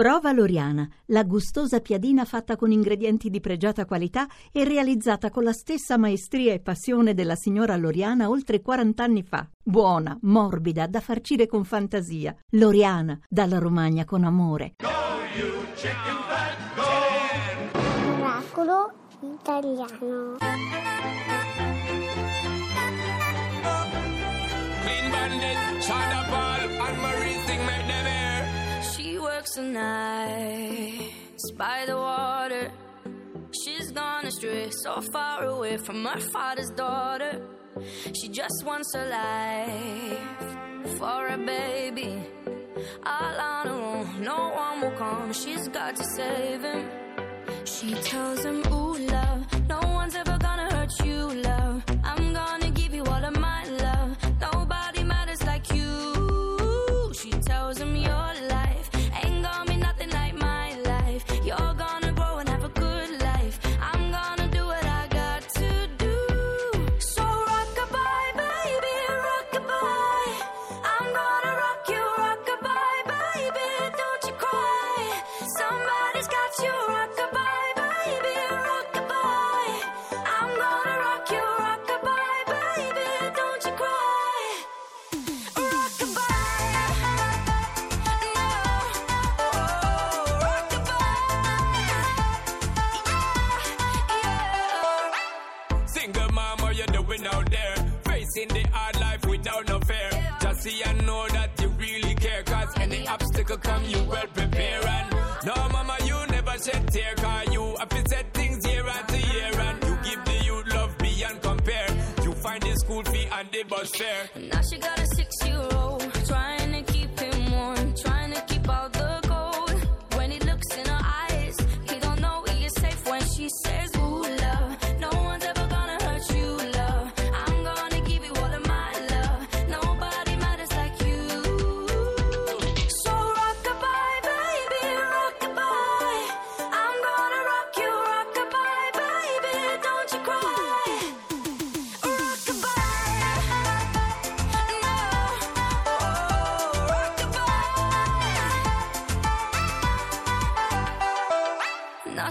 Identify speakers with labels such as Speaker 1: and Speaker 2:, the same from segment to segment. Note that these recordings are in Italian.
Speaker 1: Prova Loriana, la gustosa piadina fatta con ingredienti di pregiata qualità e realizzata con la stessa maestria e passione della signora Loriana oltre 40 anni fa. Buona, morbida, da farcire con fantasia. Loriana, dalla Romagna con amore.
Speaker 2: Oracolo italiano.
Speaker 3: Clean bandit, shot up all, and Marie thing make them air.
Speaker 4: She works the nights by the water. She's gone astray, so far away from her father's daughter. She just wants her life for a baby. All on her own, no one will come. She's got to save him. She tells him, Ooh, love, no one's ever gonna hurt you, love. I'm gonna give you all of my love. Nobody matters like you. She tells him, Your life ain't gonna be nothing like my life. You're gonna grow and have a good life. I'm gonna do what I got to do. So rockabye, baby, rockabye. I'm gonna rock you, rockabye, baby. Don't you cry. Somebody's got you, rockabye, baby, rockabye. I'm gonna rock you, rockabye, baby. Don't you cry. Rockabye, no, oh, rockabye, yeah.
Speaker 3: Single mom, what you doing out there? Facing the hard life without no fear. Just see and know that you really care. Cause any obstacle come, you well prepare. And no, mama, you never shed tear. Cause you have to set things year after year. And you give the youth love beyond compare. You find the school fee and the bus fare.
Speaker 4: Now she got a six year old, trying to keep him warm, trying to keep out the cold. When he looks in her eyes, he don't know he is safe when she says, Ooh, love, no one's ever gonna hurt you, love. I'm gonna give you all of my love. Nobody matters like you. So rockabye, baby, rockabye. I'm gonna rock you, rockabye, baby. Don't you cry. Rockabye. Now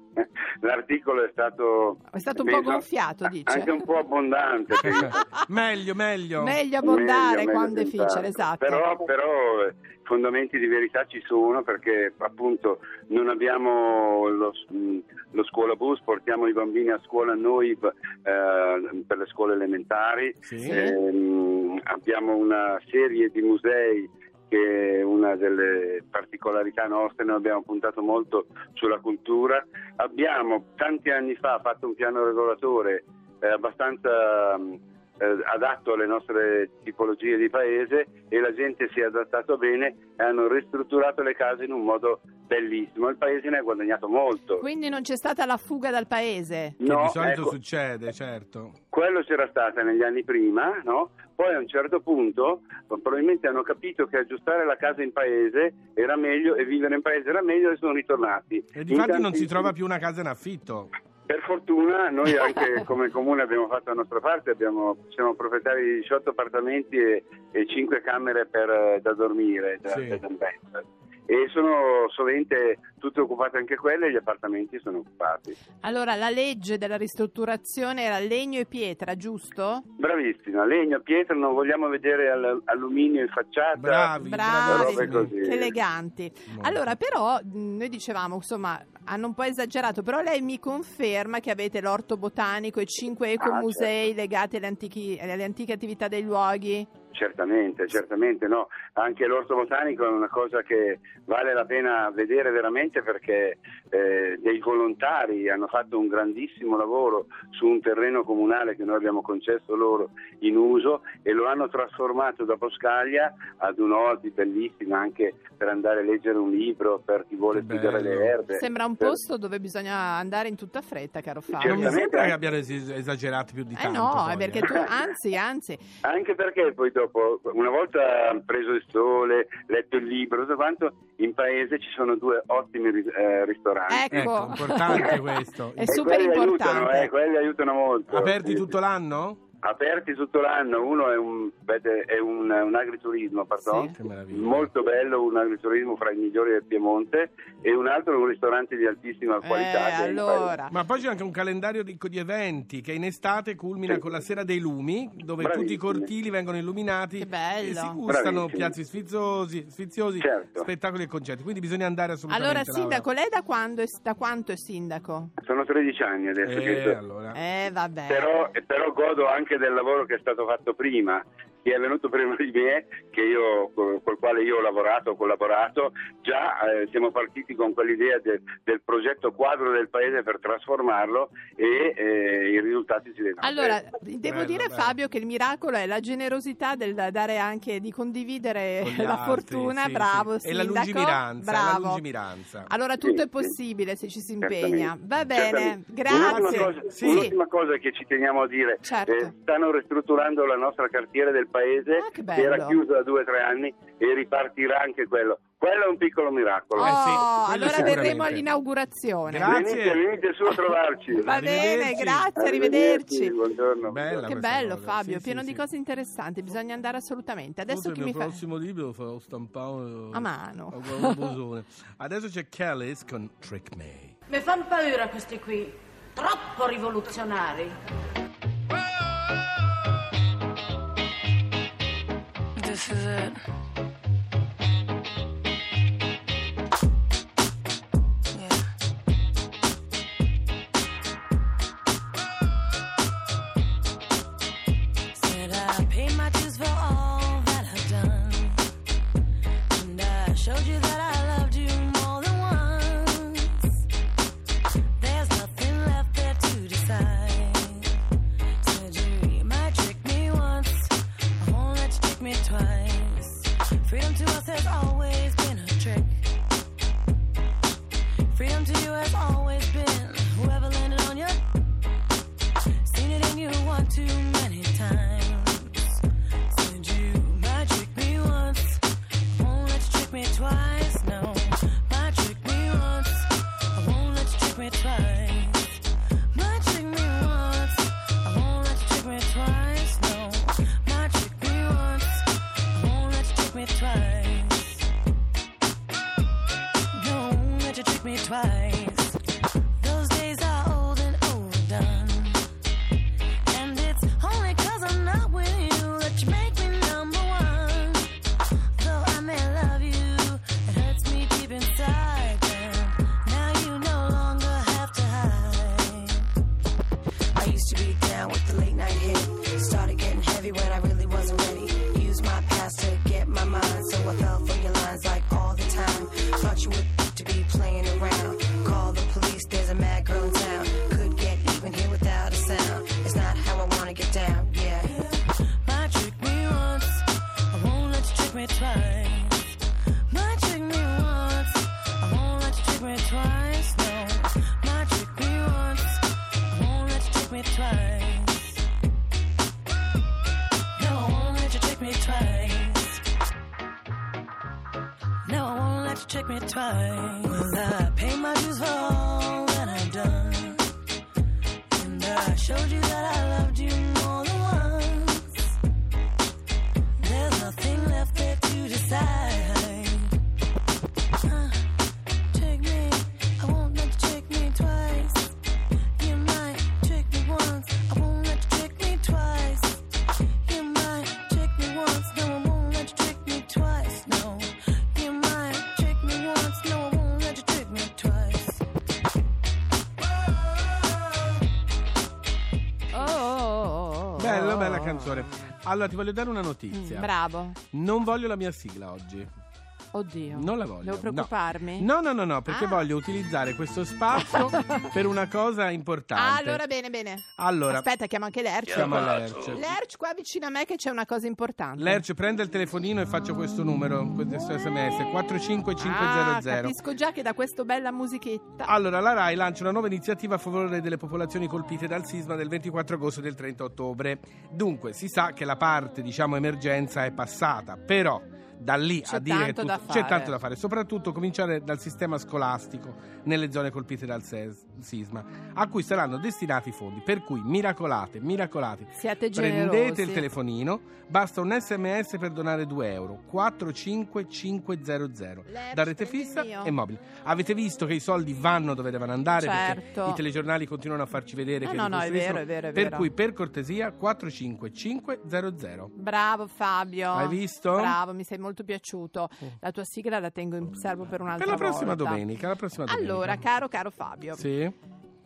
Speaker 5: L'articolo è stato...
Speaker 6: È stato un po' gonfiato, dice.
Speaker 5: Anche un po' abbondante. penso.
Speaker 7: meglio, meglio.
Speaker 6: Meglio abbondare
Speaker 5: Meglio, meglio
Speaker 6: quando è
Speaker 5: senz'altro.
Speaker 6: difficile, esatto.
Speaker 5: Però, però, eh, fondamenti di verità ci sono perché appunto non abbiamo lo, s- mh, lo scuola bus, portiamo i bambini a scuola noi b- eh, per le scuole elementari,
Speaker 7: Sì.
Speaker 5: Ehm, abbiamo una serie di musei che è una delle particolarità nostre, noi abbiamo puntato molto sulla cultura. Abbiamo tanti anni fa fatto un piano regolatore eh, abbastanza mh, eh, adatto alle nostre tipologie di paese e la gente si è adattata bene e hanno ristrutturato le case in un modo bellissimo, il paese ne ha guadagnato molto.
Speaker 6: Quindi non c'è stata la fuga dal paese.
Speaker 7: Che di solito
Speaker 5: ecco,
Speaker 7: succede, certo.
Speaker 5: quello c'era stata negli anni prima, no? Poi a un certo punto probabilmente hanno capito che aggiustare la casa in paese era meglio e vivere in paese era meglio e sono ritornati.
Speaker 7: E di fatto non si
Speaker 5: Intanto-
Speaker 7: trova più una casa in affitto.
Speaker 5: Per fortuna noi anche come comune abbiamo fatto la nostra parte, abbiamo, siamo proprietari di 18 appartamenti e, 5 camere per, eh, da dormire, da,
Speaker 7: Sì.
Speaker 5: bed and breakfast. e sono sovente tutte occupate anche quelle e gli appartamenti sono occupati.
Speaker 6: Allora, la legge della ristrutturazione era legno e pietra, giusto?
Speaker 5: Bravissima, legno, pietra, non vogliamo vedere al- alluminio in facciata.
Speaker 7: Bravi,
Speaker 6: Bravi,
Speaker 7: bravissimi.
Speaker 5: robe così.
Speaker 6: eleganti.
Speaker 7: Molto.
Speaker 6: Allora, però, mh, noi dicevamo, insomma, hanno un po' esagerato, però lei mi conferma che avete l'orto botanico e
Speaker 5: Ah,
Speaker 6: cinque ecomusei
Speaker 5: certo.
Speaker 6: legati alle, antichi- alle antiche attività dei luoghi.
Speaker 5: Certamente, certamente no. Anche l'orto botanico è una cosa che vale la pena vedere veramente perché eh, dei volontari hanno fatto un grandissimo lavoro su un terreno comunale che noi abbiamo concesso loro in uso e lo hanno trasformato da boscaglia ad un'oasi bellissima anche per andare a leggere un libro, per chi vuole
Speaker 7: Che
Speaker 5: studiare
Speaker 7: bello.
Speaker 5: le erbe.
Speaker 6: Sembra un
Speaker 5: Per-
Speaker 6: posto dove bisogna andare in tutta fretta, caro Fabio.
Speaker 7: Non mi
Speaker 5: Certamente.
Speaker 7: sembra che abbiano es- esagerato più di
Speaker 6: Eh
Speaker 7: tanto.
Speaker 6: no,
Speaker 7: poi,
Speaker 6: è perché
Speaker 7: eh.
Speaker 6: tu, anzi, anzi,
Speaker 5: Anche perché poi dopo, una volta preso il sole, letto il libro, tutto quanto, in paese ci sono due ottimi ri- eh, ristoranti.
Speaker 6: ecco,
Speaker 7: Ecco, importante questo.
Speaker 6: è
Speaker 5: E
Speaker 6: super
Speaker 5: quelli Aiutano, eh,
Speaker 6: importante.
Speaker 5: quelli aiutano molto.
Speaker 7: Aperti
Speaker 5: Sì.
Speaker 7: tutto l'anno?
Speaker 5: Aperti tutto l'anno. Uno è un, vede, è un, un agriturismo, pardon.
Speaker 7: Che meraviglia.
Speaker 5: Molto bello, un agriturismo fra i migliori del Piemonte e un altro è un ristorante di altissima qualità.
Speaker 6: Eh,
Speaker 5: che è in paese.
Speaker 6: allora,
Speaker 7: Ma poi c'è anche un calendario ricco di eventi che in estate culmina
Speaker 5: Sì.
Speaker 7: con la Sera dei Lumi, dove
Speaker 5: Bravissimi.
Speaker 7: tutti i cortili vengono illuminati
Speaker 6: Che bello.
Speaker 7: e si gustano
Speaker 5: Bravissimi.
Speaker 7: piazzi sfiziosi, sfiziosi
Speaker 5: Certo.
Speaker 7: spettacoli e concerti. Quindi bisogna andare assolutamente
Speaker 6: allora
Speaker 7: Laura.
Speaker 6: sindaco, lei da, quando è, da quanto è sindaco?
Speaker 5: Sono 13 anni adesso. che
Speaker 7: Eh,
Speaker 5: sto-
Speaker 7: allora.
Speaker 6: Eh, vabbè.
Speaker 5: però, però godo anche del lavoro che è stato fatto prima chi è venuto prima di me che io, col quale io ho lavorato ho collaborato già eh, siamo partiti con quell'idea del- del progetto quadro del paese per trasformarlo e eh, i risultati si vedono
Speaker 6: Allora,
Speaker 5: Eh,
Speaker 6: devo
Speaker 7: Bello,
Speaker 6: dire
Speaker 7: bello.
Speaker 6: Fabio che il miracolo è la generosità del dare anche di condividere
Speaker 7: Con gli
Speaker 6: la
Speaker 7: altri,
Speaker 6: fortuna,
Speaker 7: sì,
Speaker 6: bravo
Speaker 7: sì. E la
Speaker 6: sindaco,
Speaker 7: lungimiranza, la
Speaker 6: bravo.
Speaker 7: lungimiranza.
Speaker 6: Allora tutto
Speaker 5: Sì,
Speaker 6: è
Speaker 5: sì.
Speaker 6: possibile se ci si impegna.
Speaker 5: certamente,
Speaker 6: Va bene,
Speaker 5: certamente.
Speaker 6: grazie.
Speaker 5: Un'ultima cosa,
Speaker 6: Sì.
Speaker 5: un'ultima cosa che ci teniamo a dire Eh,
Speaker 6: Certo.
Speaker 5: stanno ristrutturando la nostra cartiera del paese
Speaker 6: Ah, che bello.
Speaker 5: che era chiusa da due o tre anni e ripartirà anche quello quello è un piccolo miracolo
Speaker 6: Oh,
Speaker 7: Eh sì, quello
Speaker 6: allora
Speaker 7: sicuramente.
Speaker 6: verremo all'inaugurazione.
Speaker 7: Grazie.
Speaker 5: Venite, venite su a trovarci.
Speaker 6: Va bene,
Speaker 7: Arrivederci.
Speaker 6: grazie, arrivederci.
Speaker 5: Buongiorno.
Speaker 7: Bella
Speaker 6: Che
Speaker 7: questa
Speaker 6: bello
Speaker 7: cosa.
Speaker 6: Fabio,
Speaker 7: Sì,
Speaker 6: pieno
Speaker 7: sì,
Speaker 6: di
Speaker 7: sì.
Speaker 6: cose interessanti, bisogna andare assolutamente. Adesso
Speaker 7: Forse
Speaker 6: chi
Speaker 7: il mio
Speaker 6: mi fa...
Speaker 7: prossimo libro farò stampare eh,
Speaker 6: A mano.
Speaker 7: con un bosone. Adesso c'è Kellis con Trick Me.
Speaker 8: Mi fanno paura questi qui, troppo rivoluzionari.
Speaker 4: This is it. Yeah. Said I paid my dues for all that I've done, and I showed you that I loved you more than once. There's nothing left there to decide. Said you might trick me once, I won't let you trick me twice. Freedom to us has always been a trick. Freedom to you has always been whoever landed on your seen it in you one too many times. Said you might trick me once, I won't let you trick me twice. No, might trick me once, I won't let you trick me twice. Might trick me once, I won't let you trick me twice. No, might trick me once, I won't let you trick me twice. Don't let you trick me twice. Those days are old and overdone. And it's only cause I'm not with you that you make me number one. Though I may love you, it hurts me deep inside. And now you no longer have to hide. I used to be down with the late night hit. Started getting heavy when I really wasn't ready. Used my past to get my mind, so I fell for your lines like all the time. Thought you would to be playing around. Caught
Speaker 9: once, trick me twice. I pay my dues for all that I've done. And I showed you that I loved you more than once. There's nothing left there to decide. Uh, trick me, I won't let you trick me twice. You might trick me once, I won't let you trick me twice. You might trick me once, no, I won't let you trick me twice. No, you might trick me once, no, I won't let you trick me twice.
Speaker 6: Oh, oh, oh, oh.
Speaker 7: Bella, bella canzone. Allora, ti voglio dare una notizia.
Speaker 6: Mm, bravo.
Speaker 7: Non voglio la mia sigla oggi.
Speaker 6: Oddio.
Speaker 7: Non la voglio.
Speaker 6: Devo
Speaker 7: no.
Speaker 6: preoccuparmi?
Speaker 7: No, no, no, no, perché
Speaker 6: Ah.
Speaker 7: voglio utilizzare questo spazio per una cosa
Speaker 6: Ah,
Speaker 7: importante.
Speaker 6: allora bene, bene.
Speaker 7: Allora,
Speaker 6: Aspetta, chiamo anche Lerch.
Speaker 7: chiama Lerch.
Speaker 6: Lerch qua vicino a me che c'è una cosa importante.
Speaker 7: Lerch, prende il telefonino e faccio questo numero, questo sms, 45500.
Speaker 6: Ah, capisco già che da questa bella musichetta.
Speaker 7: Allora, la RAI lancia una nuova iniziativa a favore delle popolazioni colpite dal sisma del 24 agosto e del 30 ottobre. Dunque, si sa che la parte, diciamo, emergenza è passata, però da lì
Speaker 6: C'è
Speaker 7: a dire
Speaker 6: tanto
Speaker 7: che
Speaker 6: da
Speaker 7: c'è
Speaker 6: fare.
Speaker 7: tanto da fare, soprattutto cominciare dal sistema scolastico nelle zone colpite dal ses- sisma, a cui saranno destinati i fondi. Per cui, miracolate, miracolate.
Speaker 6: Siate generosi.
Speaker 7: Prendete il telefonino, basta un sms per donare 2 euro, 45500
Speaker 6: Lerch,
Speaker 7: da rete
Speaker 6: prendi il
Speaker 7: fissa
Speaker 6: mio.
Speaker 7: e mobile. Avete visto che i soldi vanno dove devono andare
Speaker 6: Certo.
Speaker 7: perché i telegiornali continuano a farci vedere
Speaker 6: No,
Speaker 7: che
Speaker 6: no,
Speaker 7: li
Speaker 6: no, è
Speaker 7: costruiscono.
Speaker 6: vero, è vero, è
Speaker 7: Per
Speaker 6: vero.
Speaker 7: cui per cortesia 45500.
Speaker 6: Bravo Fabio.
Speaker 7: Hai visto? Mm.
Speaker 6: Bravo, mi sei molto piaciuto. La tua sigla la tengo in serbo per un'altra
Speaker 7: Per la prossima
Speaker 6: volta.
Speaker 7: domenica, la prossima domenica.
Speaker 6: Allora, caro caro Fabio,
Speaker 7: Sì.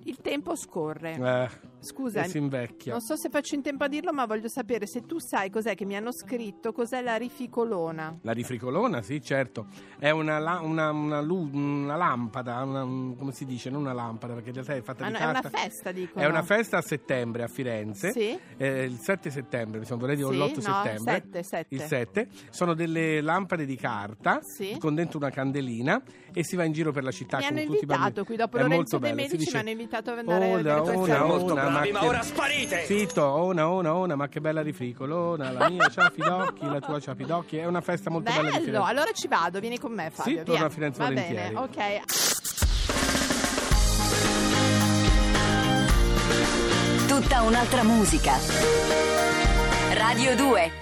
Speaker 6: il tempo scorre.
Speaker 7: Eh,
Speaker 6: Eh. Scusa,
Speaker 7: e si invecchia.
Speaker 6: non so se faccio in tempo a dirlo, ma voglio sapere se tu sai cos'è che mi hanno scritto, cos'è la rificolona.
Speaker 7: La rifricolona, sì, certo. È una, la- una- una lu- una lampada, una- un- come si dice? Non una lampada, perché in realtà è fatta
Speaker 6: Ah,
Speaker 7: di
Speaker 6: no, è
Speaker 7: carta.
Speaker 6: una festa, dicono.
Speaker 7: È una festa a settembre a Firenze.
Speaker 6: Sì.
Speaker 7: Eh, il 7 settembre, mi sono vorrei dire
Speaker 6: Sì,
Speaker 7: l'8
Speaker 6: no,
Speaker 7: settembre.
Speaker 6: sette, sette.
Speaker 7: Il 7. Sono delle lampade di carta
Speaker 6: Sì.
Speaker 7: con dentro una candelina e si va in giro per la città
Speaker 6: Mi
Speaker 7: con
Speaker 6: hanno
Speaker 7: tutti i bambini.
Speaker 6: invitato qui dopo
Speaker 7: È
Speaker 6: Lorenzo
Speaker 7: molto
Speaker 6: De
Speaker 7: bello, si
Speaker 6: Medici,
Speaker 7: dice,
Speaker 6: mi hanno invitato a andare a
Speaker 7: "Ola,
Speaker 6: vedere
Speaker 7: ola, ola,
Speaker 6: questa
Speaker 3: molto
Speaker 7: ma
Speaker 3: bravi, ma
Speaker 7: che-
Speaker 3: ora sparite!"
Speaker 7: Zitto, ona, ona, ona, ma che bella rifricolona, la mia ciapidocchi, la tua ciapidocchi, è una festa molto bella di
Speaker 6: Bello,
Speaker 7: Firenze.
Speaker 6: allora ci vado, vieni con me Fabio.
Speaker 7: torno
Speaker 6: via.
Speaker 7: a Firenze
Speaker 6: Va
Speaker 7: volentieri.
Speaker 6: bene, ok.
Speaker 10: Tutta un'altra musica. Radio 2